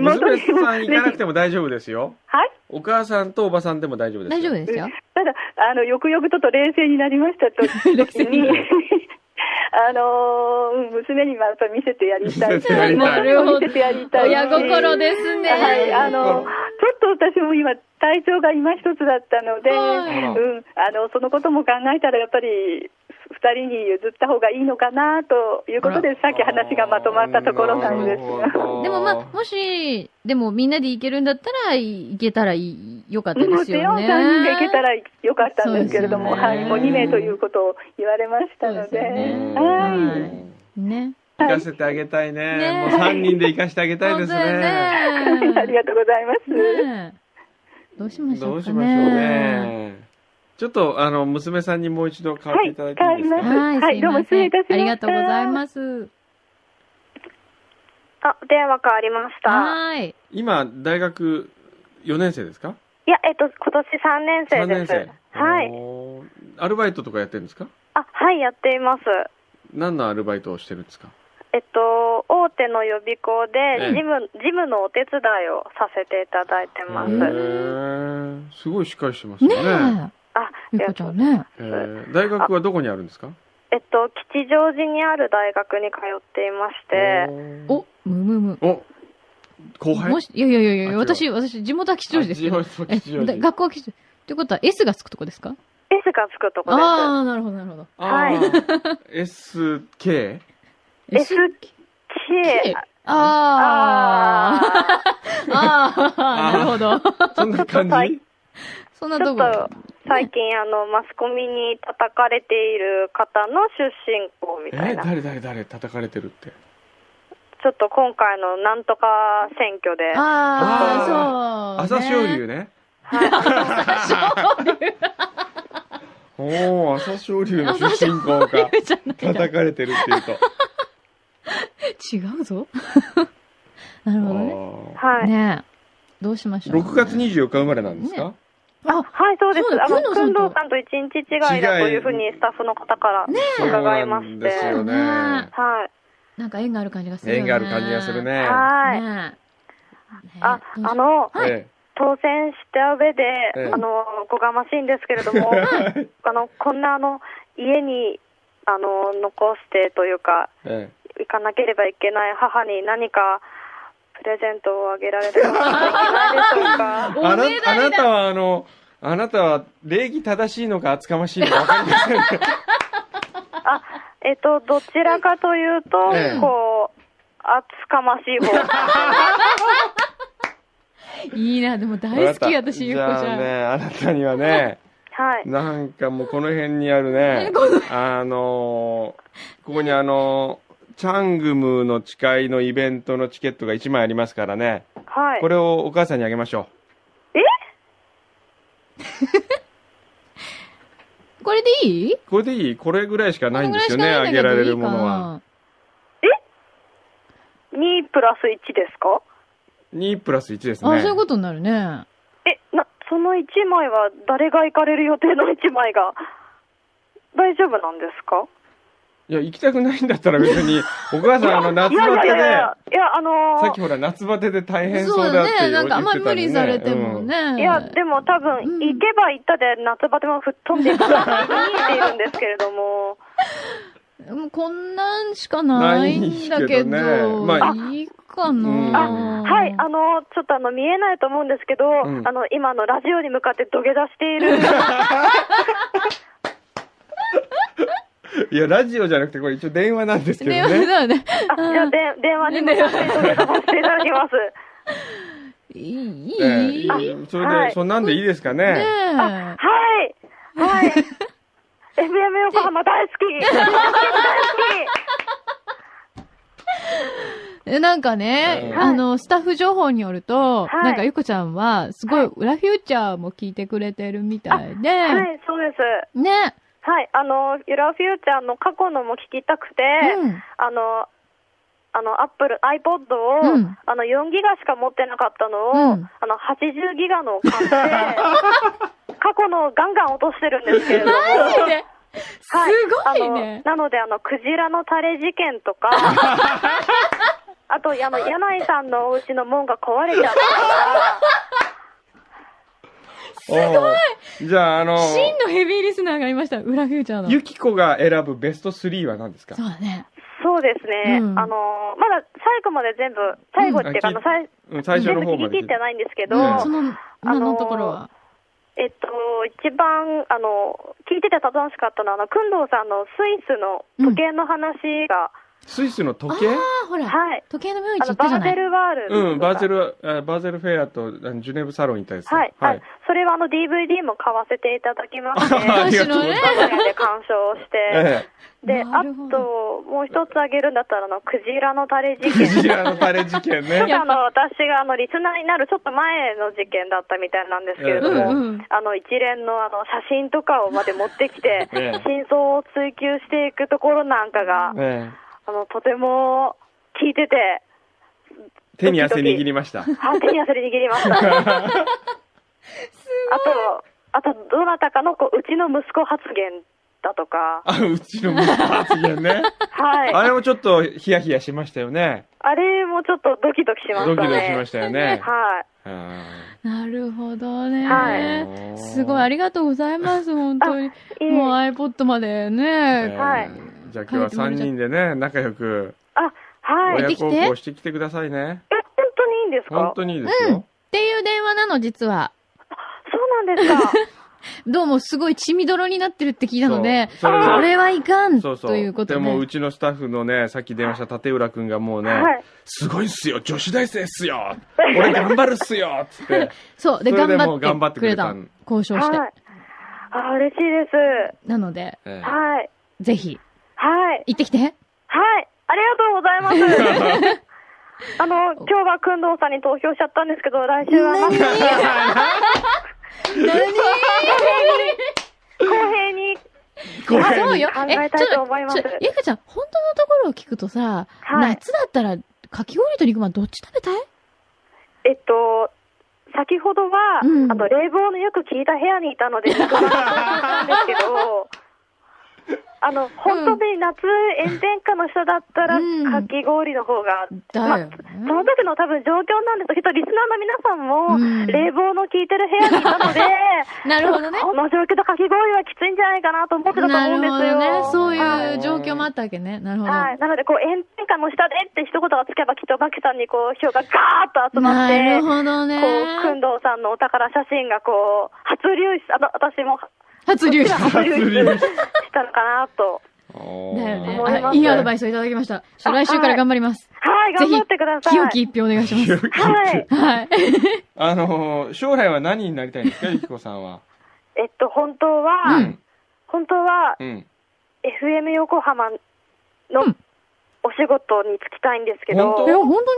[SPEAKER 4] 妹
[SPEAKER 2] 娘
[SPEAKER 4] にも
[SPEAKER 2] さん
[SPEAKER 4] ぜ
[SPEAKER 2] 行かなく
[SPEAKER 4] ひ
[SPEAKER 2] ても大丈夫ですよ。
[SPEAKER 4] はい
[SPEAKER 2] お母さんとおばさんでも大丈夫です。
[SPEAKER 1] 大丈夫ですよ。
[SPEAKER 4] ただあのよくよくちょっと冷静になりま したと時に あのうん娘にもやっぱ見せてやりたい
[SPEAKER 2] 見せてやりたい
[SPEAKER 4] 妹にも見せてやりたい
[SPEAKER 1] 親心ですね。
[SPEAKER 4] はい、あの、ちょっと私も今、体調が今一つだったので、
[SPEAKER 1] はい
[SPEAKER 4] うん、あの、そのことも考えたら、やっぱり、二人に譲った方がいいのかなということで、さっき話がまとまったところなんですが。
[SPEAKER 1] でもまあ、もし、でもみんなで行けるんだったら、行けたらいい、よかったですよ
[SPEAKER 4] も
[SPEAKER 1] ね。
[SPEAKER 4] ちろん3人で行けたらよかったんですけれども、
[SPEAKER 1] そうですよ
[SPEAKER 4] は
[SPEAKER 1] ね
[SPEAKER 4] い、もう2名ということを言われましたの
[SPEAKER 1] そう
[SPEAKER 4] で、
[SPEAKER 1] ですよね
[SPEAKER 4] はい、
[SPEAKER 1] はいね。
[SPEAKER 2] 行かせてあげたいね。
[SPEAKER 1] ね
[SPEAKER 2] もう3人で行かせてあげたいです
[SPEAKER 1] 本当
[SPEAKER 2] ね。
[SPEAKER 1] だよ ね
[SPEAKER 4] ありがとうございます。
[SPEAKER 1] ねえどうしましょ
[SPEAKER 2] ど
[SPEAKER 1] う
[SPEAKER 2] う
[SPEAKER 1] か
[SPEAKER 2] し
[SPEAKER 1] ね。
[SPEAKER 2] ましょうね。ちょっと、あの、娘さんにもう一度変わっていただいていいで
[SPEAKER 4] は
[SPEAKER 2] すか、
[SPEAKER 4] い
[SPEAKER 1] はい、
[SPEAKER 4] は
[SPEAKER 1] す
[SPEAKER 4] い
[SPEAKER 1] い
[SPEAKER 4] どうも
[SPEAKER 1] ま
[SPEAKER 4] 失礼
[SPEAKER 1] せ
[SPEAKER 4] い
[SPEAKER 1] ん
[SPEAKER 4] たしま。した
[SPEAKER 1] ありがとうございます。
[SPEAKER 3] あ、お電話変わりました。
[SPEAKER 1] はーい。
[SPEAKER 2] 今、大学4年生ですか
[SPEAKER 3] いや、えっと、今年3
[SPEAKER 2] ?3
[SPEAKER 3] 年生で
[SPEAKER 2] 年
[SPEAKER 3] す。
[SPEAKER 2] 生。
[SPEAKER 3] はい。
[SPEAKER 2] おー。アルバイトとかやってるんですか
[SPEAKER 3] あ、はい、やっています。
[SPEAKER 2] 何のアルバイトをしてるんですか
[SPEAKER 3] えっと、大手の予備校
[SPEAKER 2] ええ
[SPEAKER 3] でジム、ジムのお手伝いをさせていただいてます。
[SPEAKER 2] へーすごいしっかりしてますね。
[SPEAKER 1] ね
[SPEAKER 3] あ、
[SPEAKER 1] え、みこちゃんね。
[SPEAKER 2] えー大学はどこにあるんですか
[SPEAKER 3] えっと、吉祥寺にある大学に通っていまして、
[SPEAKER 1] お、むむむ。
[SPEAKER 2] お後輩
[SPEAKER 1] もし、いやいやいやい
[SPEAKER 2] あ違
[SPEAKER 1] や、
[SPEAKER 2] う
[SPEAKER 1] 私、私、地元は吉祥寺ですけど。
[SPEAKER 2] あ吉祥寺
[SPEAKER 1] え、
[SPEAKER 2] 吉祥
[SPEAKER 1] だ
[SPEAKER 2] 寺
[SPEAKER 1] 学校は吉祥寺。ってことは S がつくとこですか
[SPEAKER 3] S がつくとこです。
[SPEAKER 1] ああ、なるほど、なるほど。
[SPEAKER 2] あ
[SPEAKER 3] は
[SPEAKER 2] ー SK?
[SPEAKER 3] S、K、
[SPEAKER 1] あー
[SPEAKER 3] あ
[SPEAKER 1] あ
[SPEAKER 2] あ
[SPEAKER 1] あ、
[SPEAKER 2] ー
[SPEAKER 1] なるほど。
[SPEAKER 2] そんな感
[SPEAKER 3] ちょっとはい
[SPEAKER 2] じ
[SPEAKER 1] そんな
[SPEAKER 3] ちょ
[SPEAKER 1] と
[SPEAKER 3] っ
[SPEAKER 1] こ。
[SPEAKER 3] と最近あのマスコミに叩かれている方の出身校み
[SPEAKER 2] え
[SPEAKER 3] たいな、
[SPEAKER 2] 誰誰誰叩かれてるって。
[SPEAKER 3] ちょっと今回のなんとか選挙で、
[SPEAKER 1] ああ、そう、
[SPEAKER 2] 朝
[SPEAKER 1] ね。
[SPEAKER 2] 青龍ね。朝青龍おお、朝青龍の出身校 か。
[SPEAKER 1] じゃないじゃ
[SPEAKER 2] 叩かれてるっていうと。
[SPEAKER 1] ん違うぞ。 なるほどね。
[SPEAKER 2] あ
[SPEAKER 3] はい、
[SPEAKER 1] ねえ。どうしまし
[SPEAKER 2] ー
[SPEAKER 1] ょう。
[SPEAKER 2] 6月24日生まれなんですか
[SPEAKER 1] あ、
[SPEAKER 3] はい、そうです。
[SPEAKER 1] そうだ
[SPEAKER 3] あの、
[SPEAKER 1] 工藤さ
[SPEAKER 3] く
[SPEAKER 1] ん
[SPEAKER 3] ん
[SPEAKER 1] と
[SPEAKER 3] どうさんと一日違いだというふうにスタッフの方から
[SPEAKER 2] そう
[SPEAKER 3] 伺い
[SPEAKER 2] な
[SPEAKER 3] ま
[SPEAKER 2] ん
[SPEAKER 3] し
[SPEAKER 2] で
[SPEAKER 3] て。
[SPEAKER 2] すよね。
[SPEAKER 1] ね
[SPEAKER 3] はい。
[SPEAKER 1] なんか縁がある感じがするよね。
[SPEAKER 2] 縁がある感じがするね。。
[SPEAKER 3] はい。
[SPEAKER 1] ねえ。
[SPEAKER 3] あ、
[SPEAKER 1] ねえ
[SPEAKER 3] あ、の、
[SPEAKER 1] はい。
[SPEAKER 2] え
[SPEAKER 3] 当選した上で、
[SPEAKER 2] ええ
[SPEAKER 3] あの、ごがましいんですけれ ども、あの、こんなあの、家に、あの、残してというか、
[SPEAKER 2] ええ
[SPEAKER 3] 行かなければいけない母に何か、プレゼントをあげられることはいけないでしょう か
[SPEAKER 1] お
[SPEAKER 2] あな
[SPEAKER 1] ね
[SPEAKER 2] あ
[SPEAKER 1] だ
[SPEAKER 2] な
[SPEAKER 1] り
[SPEAKER 2] た
[SPEAKER 1] だ。
[SPEAKER 2] はあの、あなたは礼儀正しいのか厚かましいのか分かりませんね。
[SPEAKER 3] あ、えっと、どちらかというと
[SPEAKER 2] ええ、
[SPEAKER 3] こう、厚かましい方。
[SPEAKER 1] いいな、でも 大好き、
[SPEAKER 2] わかった
[SPEAKER 1] 私、ゆっこち
[SPEAKER 2] じゃ
[SPEAKER 1] ゃ
[SPEAKER 2] あ
[SPEAKER 1] ん。
[SPEAKER 2] ね、あなたにはね、
[SPEAKER 3] はい。
[SPEAKER 2] なんかもうこの辺にある ね、あのー、ここにあのー、チャングムの誓いのイベントのチケットが1枚ありますからね、
[SPEAKER 3] はい
[SPEAKER 2] こ。れをお母さんにあげましょ。
[SPEAKER 3] え
[SPEAKER 1] これでいいう
[SPEAKER 2] これでいいこれぐらいしかないんですよ
[SPEAKER 1] こ
[SPEAKER 2] ね、
[SPEAKER 1] の
[SPEAKER 2] あ
[SPEAKER 1] ぐらいしかないんだ
[SPEAKER 2] げられ
[SPEAKER 1] けどい
[SPEAKER 2] る
[SPEAKER 1] い
[SPEAKER 2] も
[SPEAKER 1] か
[SPEAKER 2] のは。
[SPEAKER 1] な。
[SPEAKER 3] 2プラス1ですか
[SPEAKER 2] 2プラス1ですね。
[SPEAKER 1] あ、そういうことになるね。
[SPEAKER 3] え、な、その1枚は誰が行かれる予定の1枚が大丈夫なんですか
[SPEAKER 2] いや、行きたくないんだったら別 に、お母さんあの夏
[SPEAKER 3] いやい
[SPEAKER 2] バ
[SPEAKER 3] やい
[SPEAKER 2] テ
[SPEAKER 3] やい
[SPEAKER 2] で、
[SPEAKER 3] や、いや、あのー
[SPEAKER 2] さっきほら夏バテで大変
[SPEAKER 1] そ
[SPEAKER 2] そう
[SPEAKER 1] う
[SPEAKER 2] だ
[SPEAKER 1] だ
[SPEAKER 2] って言言
[SPEAKER 1] ね。な
[SPEAKER 2] っ
[SPEAKER 1] ん
[SPEAKER 2] てた
[SPEAKER 1] かあ
[SPEAKER 2] ん
[SPEAKER 1] んま
[SPEAKER 2] で
[SPEAKER 1] り無理されても
[SPEAKER 2] うん
[SPEAKER 1] ね。
[SPEAKER 3] いや、でも多分、
[SPEAKER 1] うん
[SPEAKER 3] 行けば行ったで夏バテも吹っ飛んでいくなと見えているんですけれども、
[SPEAKER 1] もうこんなんしかないんだけど、
[SPEAKER 2] ないけどねま
[SPEAKER 1] いいか
[SPEAKER 2] あ
[SPEAKER 1] な、
[SPEAKER 3] はい、あのーちょっとあの、見えないと思うんですけど、
[SPEAKER 2] うん
[SPEAKER 3] あの、今あのラジオに向かって土下座して いる、
[SPEAKER 2] いや、ラジオじゃなくて、これ一応電話なんですけど
[SPEAKER 1] 電話
[SPEAKER 2] ね。
[SPEAKER 1] だよね。
[SPEAKER 3] あじゃあ、で電話に向かって土下座させていただきます。
[SPEAKER 1] いい、いい、
[SPEAKER 2] ええ
[SPEAKER 1] ね
[SPEAKER 2] それで、
[SPEAKER 3] はい
[SPEAKER 2] そんなんでいいですかね。
[SPEAKER 1] え。
[SPEAKER 3] はい、 はい、FM 横浜大好き、大好き
[SPEAKER 1] えなんかね、
[SPEAKER 2] うん
[SPEAKER 1] あの、スタッフ情報によると、
[SPEAKER 3] はい
[SPEAKER 1] なんかゆこちゃんは、すごい、裏フューチャーも聞いてくれてるみたいで、
[SPEAKER 3] はい、そうです。
[SPEAKER 1] ね、
[SPEAKER 3] はい、あの、ユラフューチャーの過去のも聞きたくて、
[SPEAKER 1] うん
[SPEAKER 3] あの、あの、アップル、iPod を、
[SPEAKER 1] うん
[SPEAKER 3] あの、4ギガしか持ってなかったのを、
[SPEAKER 1] うん
[SPEAKER 3] あの、80ギガのを 買って、過去のをガンガン落としてるんですけれども、
[SPEAKER 1] マジで、
[SPEAKER 3] はい、
[SPEAKER 1] すごい
[SPEAKER 3] あの
[SPEAKER 1] ね。
[SPEAKER 3] なので、あの、クジラのタレ事件 とか、あと、あの、柳井さんのお家の門が壊れちゃったから、
[SPEAKER 2] すごいじゃあ、あの、
[SPEAKER 1] 真のヘビーリスナーがいました、裏フューチャーの。
[SPEAKER 2] ゆきこが選ぶベスト3は何ですか
[SPEAKER 1] そうだね。
[SPEAKER 3] そうですね、
[SPEAKER 1] うん
[SPEAKER 3] あの、まだ最後まで全部、最後っていうか、
[SPEAKER 2] うん
[SPEAKER 3] あの、最
[SPEAKER 2] うん最初
[SPEAKER 3] 全
[SPEAKER 2] の
[SPEAKER 3] 部
[SPEAKER 2] 方
[SPEAKER 3] 聞
[SPEAKER 2] ま
[SPEAKER 3] き
[SPEAKER 2] で
[SPEAKER 3] 切ってないんですけど、
[SPEAKER 1] うん
[SPEAKER 2] ね
[SPEAKER 1] その、
[SPEAKER 3] あ
[SPEAKER 1] 名
[SPEAKER 3] の
[SPEAKER 1] の
[SPEAKER 3] ー
[SPEAKER 1] ところは。
[SPEAKER 3] えっと、一番、あの、聞いてて楽しかったのは、あの、くんどうさんのスイスの時計の話が、
[SPEAKER 2] スイスの時計
[SPEAKER 1] あ、ほら、
[SPEAKER 3] はい
[SPEAKER 1] 時計の名
[SPEAKER 3] あ
[SPEAKER 1] 市行
[SPEAKER 3] の、
[SPEAKER 1] った
[SPEAKER 3] バ
[SPEAKER 1] じゃ
[SPEAKER 3] ー
[SPEAKER 1] な
[SPEAKER 3] ゼ
[SPEAKER 1] い。
[SPEAKER 3] ルワールドとか。
[SPEAKER 2] うん、バーゼル、あバーゼルフェアとあのジュネーブサロン行ったやつ。
[SPEAKER 3] はい。
[SPEAKER 2] は
[SPEAKER 3] はいい、。それは、あの、DVD も買わせていただきま して、
[SPEAKER 2] あ
[SPEAKER 3] 我
[SPEAKER 2] ありがとうございます
[SPEAKER 1] 面白いね
[SPEAKER 3] が家で鑑賞し て、
[SPEAKER 2] え
[SPEAKER 3] で、
[SPEAKER 1] な
[SPEAKER 3] あ
[SPEAKER 1] るほど
[SPEAKER 3] と、もう一つあげるんだったら、あの、クジラのタレ事
[SPEAKER 2] え。クジ
[SPEAKER 3] 件。
[SPEAKER 2] ラのタレ事件
[SPEAKER 3] なん
[SPEAKER 2] ね。
[SPEAKER 3] かあの私があのリスナーになるちょっと前の事件だったみたいなんですけれども、
[SPEAKER 1] うんうん
[SPEAKER 3] あの一連のあの写真とかをまで持ってきて、
[SPEAKER 2] ええ
[SPEAKER 3] 真相を追求していくところなんかが、
[SPEAKER 2] ええ
[SPEAKER 3] あのとても聞いてて、
[SPEAKER 2] 手に汗握りました。
[SPEAKER 3] あ手に汗握りま した。あと、あと、どなたかのこううちの息子発言だとか、
[SPEAKER 2] あ、うちの息子発言ね。
[SPEAKER 3] はい。
[SPEAKER 2] あれもちょっとヒヤヒヤしましたよね。
[SPEAKER 3] あれもちょっとドキドキしま
[SPEAKER 2] ド
[SPEAKER 3] したね。
[SPEAKER 2] キドキしましたよね。
[SPEAKER 3] はい。
[SPEAKER 2] はい
[SPEAKER 1] なるほどね。
[SPEAKER 2] はい
[SPEAKER 1] すごい、ありがとうございます、本当に。
[SPEAKER 3] いえ
[SPEAKER 1] もう iPod までね。
[SPEAKER 3] はい
[SPEAKER 2] えーじゃあ今日は3人でね、仲良く
[SPEAKER 3] あ、はい。え、
[SPEAKER 2] 親
[SPEAKER 1] やってきて
[SPEAKER 2] 孝行してきてくださいね。
[SPEAKER 3] 本当にいいんです
[SPEAKER 2] 本
[SPEAKER 3] か
[SPEAKER 2] 当にいいですよ。
[SPEAKER 1] っていう電話なの、実は。
[SPEAKER 3] そうなんですか。
[SPEAKER 1] どうもすごい血みどろになってるって聞いたので、
[SPEAKER 2] そうそれで
[SPEAKER 1] これはいかん
[SPEAKER 2] そうそう。
[SPEAKER 1] というこ
[SPEAKER 2] で
[SPEAKER 1] とで。
[SPEAKER 2] もうちのスタッフのね、さっき電話した立浦くんがもうね、
[SPEAKER 3] はい
[SPEAKER 2] すごいっすよ、女子大生っす よ、俺頑張るっすよ、つって。
[SPEAKER 1] そう、で、
[SPEAKER 2] それで
[SPEAKER 1] 頑
[SPEAKER 2] もう
[SPEAKER 1] 張ってくれたの
[SPEAKER 2] 頑張って。
[SPEAKER 1] 交渉して。
[SPEAKER 3] はい。あ、嬉しいです。
[SPEAKER 1] なので、
[SPEAKER 2] ええ
[SPEAKER 3] はい。
[SPEAKER 1] ぜひ、
[SPEAKER 3] はい。
[SPEAKER 1] 行ってきて。
[SPEAKER 3] はい。ありがとうございます。 あの、今日はくんどうさんに投票しちゃったんですけど、来週はまた 公平に。
[SPEAKER 2] ごめん
[SPEAKER 1] そうよ。
[SPEAKER 3] 考
[SPEAKER 1] え、
[SPEAKER 3] えたい
[SPEAKER 1] ちょ
[SPEAKER 3] と
[SPEAKER 1] っ
[SPEAKER 3] 思います
[SPEAKER 1] と、ちょっと、ゆうかちゃん、本当のところを聞くとさ、
[SPEAKER 3] はい
[SPEAKER 1] 夏だったら、かき氷と肉まんどっち食べたい
[SPEAKER 3] えっと、先ほどは、
[SPEAKER 1] うん
[SPEAKER 3] あの、冷房のよく効いた部屋にい たので、肉まんを食べたんですけど、 あの、本当に夏炎天下の下だったら、
[SPEAKER 1] うん
[SPEAKER 3] かき氷の方が、
[SPEAKER 1] だよね
[SPEAKER 3] その時の多分状況なんですけど、リスナーの皆さんも、
[SPEAKER 1] うん
[SPEAKER 3] 冷房の効いてる部屋にいたので、
[SPEAKER 1] なるほどね
[SPEAKER 3] この状況でかき氷はきついんじゃないかなと思ってたと
[SPEAKER 1] な
[SPEAKER 3] 思うん
[SPEAKER 1] る
[SPEAKER 3] です
[SPEAKER 1] ほ
[SPEAKER 3] よ。
[SPEAKER 1] どね。そう
[SPEAKER 2] はい
[SPEAKER 1] いう状況もあったわけね。なるほど。
[SPEAKER 3] はい、なので、こう炎天下の下でって一言がつけば、きっとバキさんにこう票がガーッと集まっ
[SPEAKER 1] な
[SPEAKER 3] て、
[SPEAKER 1] るほどね
[SPEAKER 3] こう、くんどうさんのお宝写真がこう、初流出、あの、私も
[SPEAKER 1] 初流出。だ
[SPEAKER 3] 初流出したのかなと。
[SPEAKER 2] おー
[SPEAKER 1] よね
[SPEAKER 3] 思います
[SPEAKER 1] あ。いいアドバイスをいただきました。ちょっと来週から頑張ります。
[SPEAKER 3] はい、
[SPEAKER 1] ぜ
[SPEAKER 3] 頑張ってくだ
[SPEAKER 1] ひ、
[SPEAKER 3] さ
[SPEAKER 1] 清き
[SPEAKER 3] い。
[SPEAKER 1] 一票お願い します。
[SPEAKER 3] はい。
[SPEAKER 1] はい。
[SPEAKER 2] あのー将来は何になりたいんですか、ゆきこさんは。
[SPEAKER 3] えっと、本当は、
[SPEAKER 1] うん
[SPEAKER 3] 本当は、
[SPEAKER 2] うん。
[SPEAKER 3] FM 横浜の
[SPEAKER 1] うん
[SPEAKER 3] お仕事に就きたいんですけど、
[SPEAKER 2] 本
[SPEAKER 1] え、本当に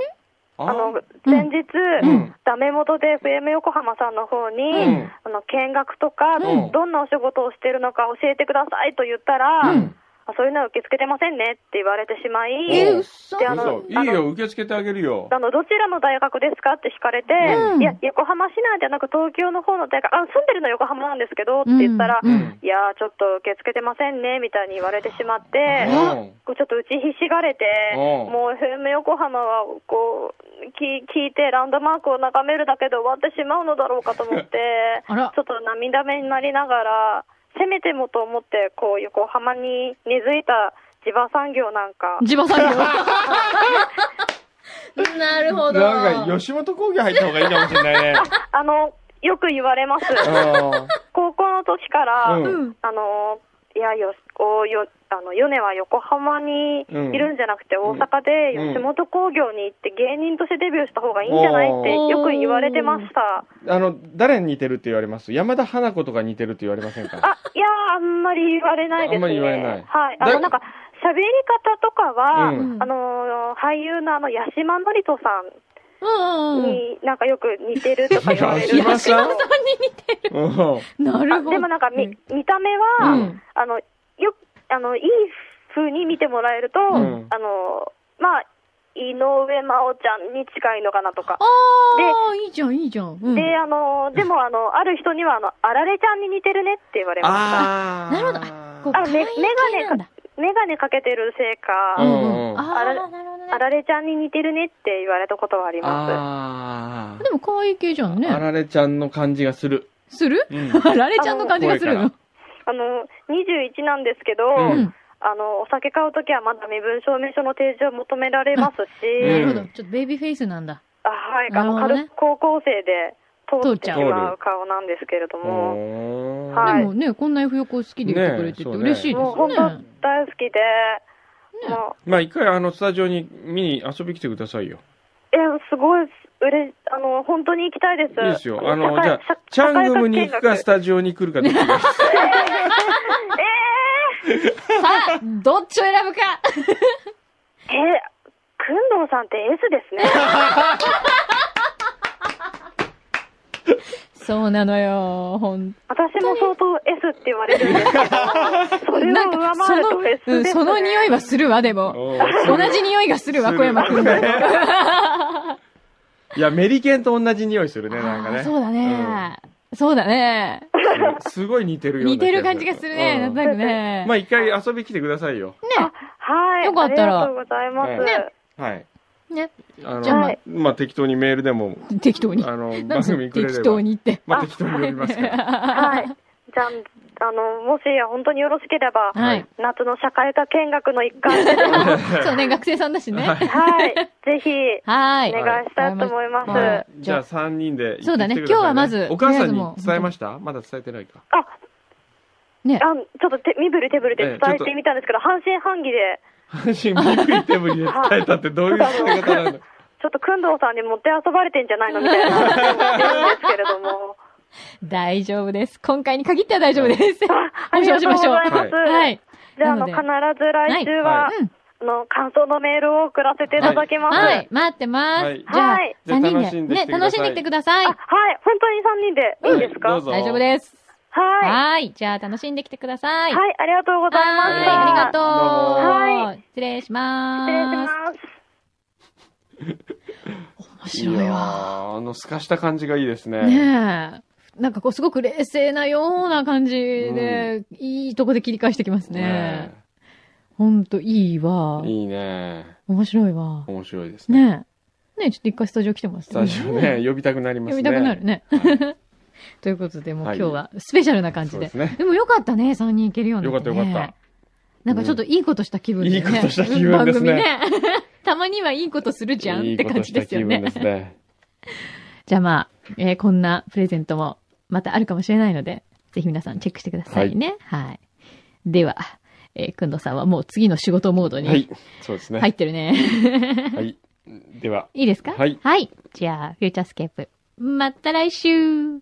[SPEAKER 2] あ
[SPEAKER 3] あの
[SPEAKER 2] ー、
[SPEAKER 3] 先日、
[SPEAKER 2] うん
[SPEAKER 3] ダメ元で FM 横浜さんの方に、
[SPEAKER 2] ん
[SPEAKER 3] あの見学とか、
[SPEAKER 2] うん
[SPEAKER 3] どんなお仕事をしてるのか教えてくださいと言ったら、
[SPEAKER 2] うん
[SPEAKER 3] あそういうのは受け付けてませんねって言われてしまい、
[SPEAKER 1] え
[SPEAKER 2] うん
[SPEAKER 1] 嘘
[SPEAKER 3] であの
[SPEAKER 2] 嘘
[SPEAKER 3] あ
[SPEAKER 2] いい
[SPEAKER 3] の
[SPEAKER 2] よ、受け付けてあげるよ。
[SPEAKER 3] あのどちらの大学ですかって聞かれて、
[SPEAKER 1] うん
[SPEAKER 3] いや、横浜市内じゃなく東京の方の大学、あ住んでるのは横浜なんですけどって言ったら、
[SPEAKER 1] うんうん
[SPEAKER 3] いやー、ちょっと受け付けてませんねみたいに言われてしまって。
[SPEAKER 2] うん
[SPEAKER 3] こうちょっと打ちひしがれて、
[SPEAKER 2] うん
[SPEAKER 3] もう FM 横浜はこうき聞いてランドマークを眺めるだけで終わってしまうのだろうかと思って
[SPEAKER 1] 、あら
[SPEAKER 3] ちょっと涙目になりながら、せめてもと思ってこう横浜に根付いた地場産業な んか、
[SPEAKER 1] 地場産 業。なるほど。
[SPEAKER 2] なんか、吉本興業入った方がいいかもしれ ないね。
[SPEAKER 3] あのよく言われます。
[SPEAKER 2] あ
[SPEAKER 3] 高校の時から、
[SPEAKER 2] うん
[SPEAKER 3] あのいやよこうよあの米は横浜にいるんじゃなくて、大阪で
[SPEAKER 2] うん
[SPEAKER 3] 吉本興業に行って芸人としてデビューした方がいいんじゃないって
[SPEAKER 1] おー
[SPEAKER 3] よく言われてました
[SPEAKER 2] ーあの、誰に似てるって言われます山田花子とか似てるって言われませんか
[SPEAKER 3] あいやーあんまり言われない
[SPEAKER 2] あ
[SPEAKER 3] ですね
[SPEAKER 2] んまり言われない
[SPEAKER 3] はいあ
[SPEAKER 2] だ
[SPEAKER 3] のなんか喋り方とかは、
[SPEAKER 2] うん
[SPEAKER 3] あのー俳優のあの八嶋智人さん
[SPEAKER 1] うんうんうん。
[SPEAKER 3] になんかよく似てるとか言われるんで
[SPEAKER 2] 八
[SPEAKER 3] すけ
[SPEAKER 2] 嶋さん
[SPEAKER 3] ど
[SPEAKER 2] うん。
[SPEAKER 1] なる
[SPEAKER 3] あ
[SPEAKER 1] ほど。
[SPEAKER 3] でもなんか見見た目は、
[SPEAKER 1] うん
[SPEAKER 3] あのよあのいい風に見てもらえると、
[SPEAKER 2] ん
[SPEAKER 3] あのまあ井上真央ちゃんに近いのかなとか
[SPEAKER 1] あ。あ、いいじゃん、いいじゃん。うん
[SPEAKER 3] で、あの、でも、あの、ある人には、あの、あられちゃんに似てるねって言われました。
[SPEAKER 2] あ
[SPEAKER 1] なるほど。こう、
[SPEAKER 3] あ、め、
[SPEAKER 1] 可愛
[SPEAKER 3] メ
[SPEAKER 1] い系な
[SPEAKER 3] ガ
[SPEAKER 1] ん
[SPEAKER 3] ネ
[SPEAKER 1] だ
[SPEAKER 3] か。、メガネかけてるせいうか、
[SPEAKER 2] うん
[SPEAKER 1] んうん。あ
[SPEAKER 3] あ
[SPEAKER 1] あ、な
[SPEAKER 3] ら
[SPEAKER 1] るほどね
[SPEAKER 3] あ。られちゃんに似てるねって言われたことはありま
[SPEAKER 2] あ
[SPEAKER 1] でも可愛い系じゃん
[SPEAKER 2] ーあ
[SPEAKER 1] ね。
[SPEAKER 2] られちゃんの感じがする。
[SPEAKER 1] する
[SPEAKER 2] うん。
[SPEAKER 1] あられちゃんの感じがする
[SPEAKER 2] あの
[SPEAKER 1] の。
[SPEAKER 3] す。あの、21なんですけど、
[SPEAKER 2] うん
[SPEAKER 3] あの、お酒買うときはまだ身分証明書の提示を求められます
[SPEAKER 1] なる
[SPEAKER 3] し、
[SPEAKER 1] ほど。ちょっとベイビーフェイスなんだ。
[SPEAKER 3] あはい、
[SPEAKER 1] な
[SPEAKER 3] あ
[SPEAKER 1] るほ
[SPEAKER 3] の、
[SPEAKER 1] どね
[SPEAKER 3] 軽く高校生で通って
[SPEAKER 1] 通っち
[SPEAKER 3] し
[SPEAKER 1] ゃ
[SPEAKER 2] う
[SPEAKER 3] ま う顔なんですけれども、
[SPEAKER 2] おー
[SPEAKER 3] はい
[SPEAKER 1] でもね、こんな F 横好きで言ってくれてて
[SPEAKER 2] ねえそうね
[SPEAKER 1] 嬉しいです
[SPEAKER 3] もう本当
[SPEAKER 1] ね。
[SPEAKER 3] 大好きで、もう、
[SPEAKER 2] まあ一回あのスタジオに見に遊びに来てくださいよ。
[SPEAKER 3] いや、すごい、うれ、あの、本当に行きたいです。
[SPEAKER 2] いいですよ。あの、
[SPEAKER 3] 社会
[SPEAKER 2] じゃあ
[SPEAKER 3] 社、
[SPEAKER 2] チャングムに行くかス
[SPEAKER 3] 社会科
[SPEAKER 2] タジオに来るかどっちがいいですか
[SPEAKER 1] さあ、どっちを選ぶか
[SPEAKER 3] 見学えー、くんどうさんって S で すね。
[SPEAKER 1] そうなのよ。ほん
[SPEAKER 3] 私も相当 S って言われるんですけど、それ
[SPEAKER 1] なん
[SPEAKER 3] を上
[SPEAKER 1] か、そ
[SPEAKER 3] 回る
[SPEAKER 1] の
[SPEAKER 3] と S です、
[SPEAKER 1] う
[SPEAKER 3] ね
[SPEAKER 1] ん、その匂いはするわ、でも。
[SPEAKER 2] お
[SPEAKER 1] 同
[SPEAKER 2] ー
[SPEAKER 1] じ匂いがするわ、小山 くんの。
[SPEAKER 2] いや、メリケンと同じ匂いするね、なんか
[SPEAKER 1] あー
[SPEAKER 2] ね。
[SPEAKER 1] そうだね。そうだね。
[SPEAKER 2] すごい似てるような
[SPEAKER 1] 似てる感じがするね、
[SPEAKER 2] うん
[SPEAKER 1] なんとなくね。
[SPEAKER 2] まあ一回遊び来てくださいよ。
[SPEAKER 3] はい。
[SPEAKER 1] よかったら
[SPEAKER 3] ありがとうございます。
[SPEAKER 2] ねはい。
[SPEAKER 1] ね、
[SPEAKER 2] あの、
[SPEAKER 1] じゃあまあ
[SPEAKER 2] はいまあ適当にメールでも、
[SPEAKER 1] 適当に。
[SPEAKER 2] あの、
[SPEAKER 1] なん
[SPEAKER 2] 番
[SPEAKER 1] で
[SPEAKER 2] 組くれれば。
[SPEAKER 1] 適当。にって。
[SPEAKER 2] まあ適当に呼びますから。
[SPEAKER 3] はい。じゃあ、あの、もし本当によろしければ、
[SPEAKER 1] はい。
[SPEAKER 3] 夏の社会科見学の一環で、
[SPEAKER 1] そうね、学生さんだしね。
[SPEAKER 3] はい。ぜひ、
[SPEAKER 1] はい。
[SPEAKER 3] お願いしたいと思います。
[SPEAKER 1] はい
[SPEAKER 2] は
[SPEAKER 1] はい
[SPEAKER 2] い。じゃあ3人で行ってきてください、
[SPEAKER 1] そうだね今日はまず
[SPEAKER 2] お母さん
[SPEAKER 1] とり
[SPEAKER 2] に
[SPEAKER 1] あえずもう
[SPEAKER 2] 伝えましたまだ伝えてないか。
[SPEAKER 3] あ、
[SPEAKER 1] ね。
[SPEAKER 3] あちょっと手身振り手振りで伝えてみたんですけど、半信半疑で、
[SPEAKER 2] 阪神びっくり手振りで伝えたってどういう伝え方 なの
[SPEAKER 3] ちょっと工藤さんに持って遊ばれてんじゃないのみ たいな話なんですけれども。
[SPEAKER 1] 大丈夫です。今回に限 っては大丈夫です。
[SPEAKER 3] あ
[SPEAKER 1] 保
[SPEAKER 3] りが
[SPEAKER 1] 証し
[SPEAKER 3] とうご
[SPEAKER 1] ましょう。
[SPEAKER 3] ざい
[SPEAKER 1] は
[SPEAKER 3] ます。
[SPEAKER 1] い。
[SPEAKER 3] じゃあ、あ
[SPEAKER 1] な
[SPEAKER 3] の、
[SPEAKER 1] ので
[SPEAKER 3] 必ず来週は
[SPEAKER 2] は、
[SPEAKER 1] うん。
[SPEAKER 3] あの、感想のメールを送らせていただきます。
[SPEAKER 1] は
[SPEAKER 3] はい。
[SPEAKER 1] い。待ってます。
[SPEAKER 2] はい
[SPEAKER 1] じゃあ
[SPEAKER 3] はい、
[SPEAKER 1] 3
[SPEAKER 2] じ
[SPEAKER 1] 人
[SPEAKER 2] ゃあ楽しん
[SPEAKER 1] で。
[SPEAKER 2] できて
[SPEAKER 1] ね、
[SPEAKER 2] ください
[SPEAKER 1] 楽しんできてください。
[SPEAKER 3] 本当に3人でいいですか、
[SPEAKER 2] はいどうぞ
[SPEAKER 1] 大丈夫です。
[SPEAKER 3] はい。
[SPEAKER 1] はい。じゃあ、楽しんできてください。
[SPEAKER 3] はい、ありがとうございまし
[SPEAKER 1] はい
[SPEAKER 3] た。
[SPEAKER 1] ありがとう。
[SPEAKER 3] は
[SPEAKER 1] 失礼しま
[SPEAKER 3] 失礼し
[SPEAKER 1] す。
[SPEAKER 3] ます。
[SPEAKER 1] 面白いわ。
[SPEAKER 2] ーあの、透かした感じがいいですね。
[SPEAKER 1] ねえ。なんかこう、すごく冷静なような感じで、いいとこで切り返してきますね。ほんと、いいわ
[SPEAKER 2] ね。いいね。
[SPEAKER 1] 面白いわ。
[SPEAKER 2] 面白いですね。
[SPEAKER 1] ねえ。ねえ、ちょっと一回スタジオ来てもらって
[SPEAKER 2] スタジオね、呼びたくなりますね。
[SPEAKER 1] 読みたくなるね。
[SPEAKER 2] は
[SPEAKER 1] ということで、もう
[SPEAKER 2] はい
[SPEAKER 1] 今日はスペシャルな感じ
[SPEAKER 2] そう
[SPEAKER 1] で。
[SPEAKER 2] ですね
[SPEAKER 1] でもよかったね、3人いけるようになって、ね。
[SPEAKER 2] よかったよかった
[SPEAKER 1] なんかちょっといいことした気分だよね。
[SPEAKER 2] うんいいことした気分ですね
[SPEAKER 1] 番組ね。たまにはいいことするじゃ ん
[SPEAKER 2] い。い
[SPEAKER 1] っ
[SPEAKER 2] い
[SPEAKER 1] て
[SPEAKER 2] こと
[SPEAKER 1] 感じ
[SPEAKER 2] した
[SPEAKER 1] です
[SPEAKER 2] 気
[SPEAKER 1] よ
[SPEAKER 2] 分
[SPEAKER 1] ね
[SPEAKER 2] で。すね。
[SPEAKER 1] じゃあまあ、えーこんなプレゼントもまたあるかもしれないので、ぜひ皆さんチェックしてくださいね。はい。では、えー、くんどさんはもう次の仕事モード
[SPEAKER 2] は
[SPEAKER 1] に
[SPEAKER 2] い。そうですね。
[SPEAKER 1] 入っ。て るね。
[SPEAKER 2] はい。では。
[SPEAKER 1] いいですか
[SPEAKER 2] はい
[SPEAKER 1] はい。じゃあ、フューチャースケープ。また来週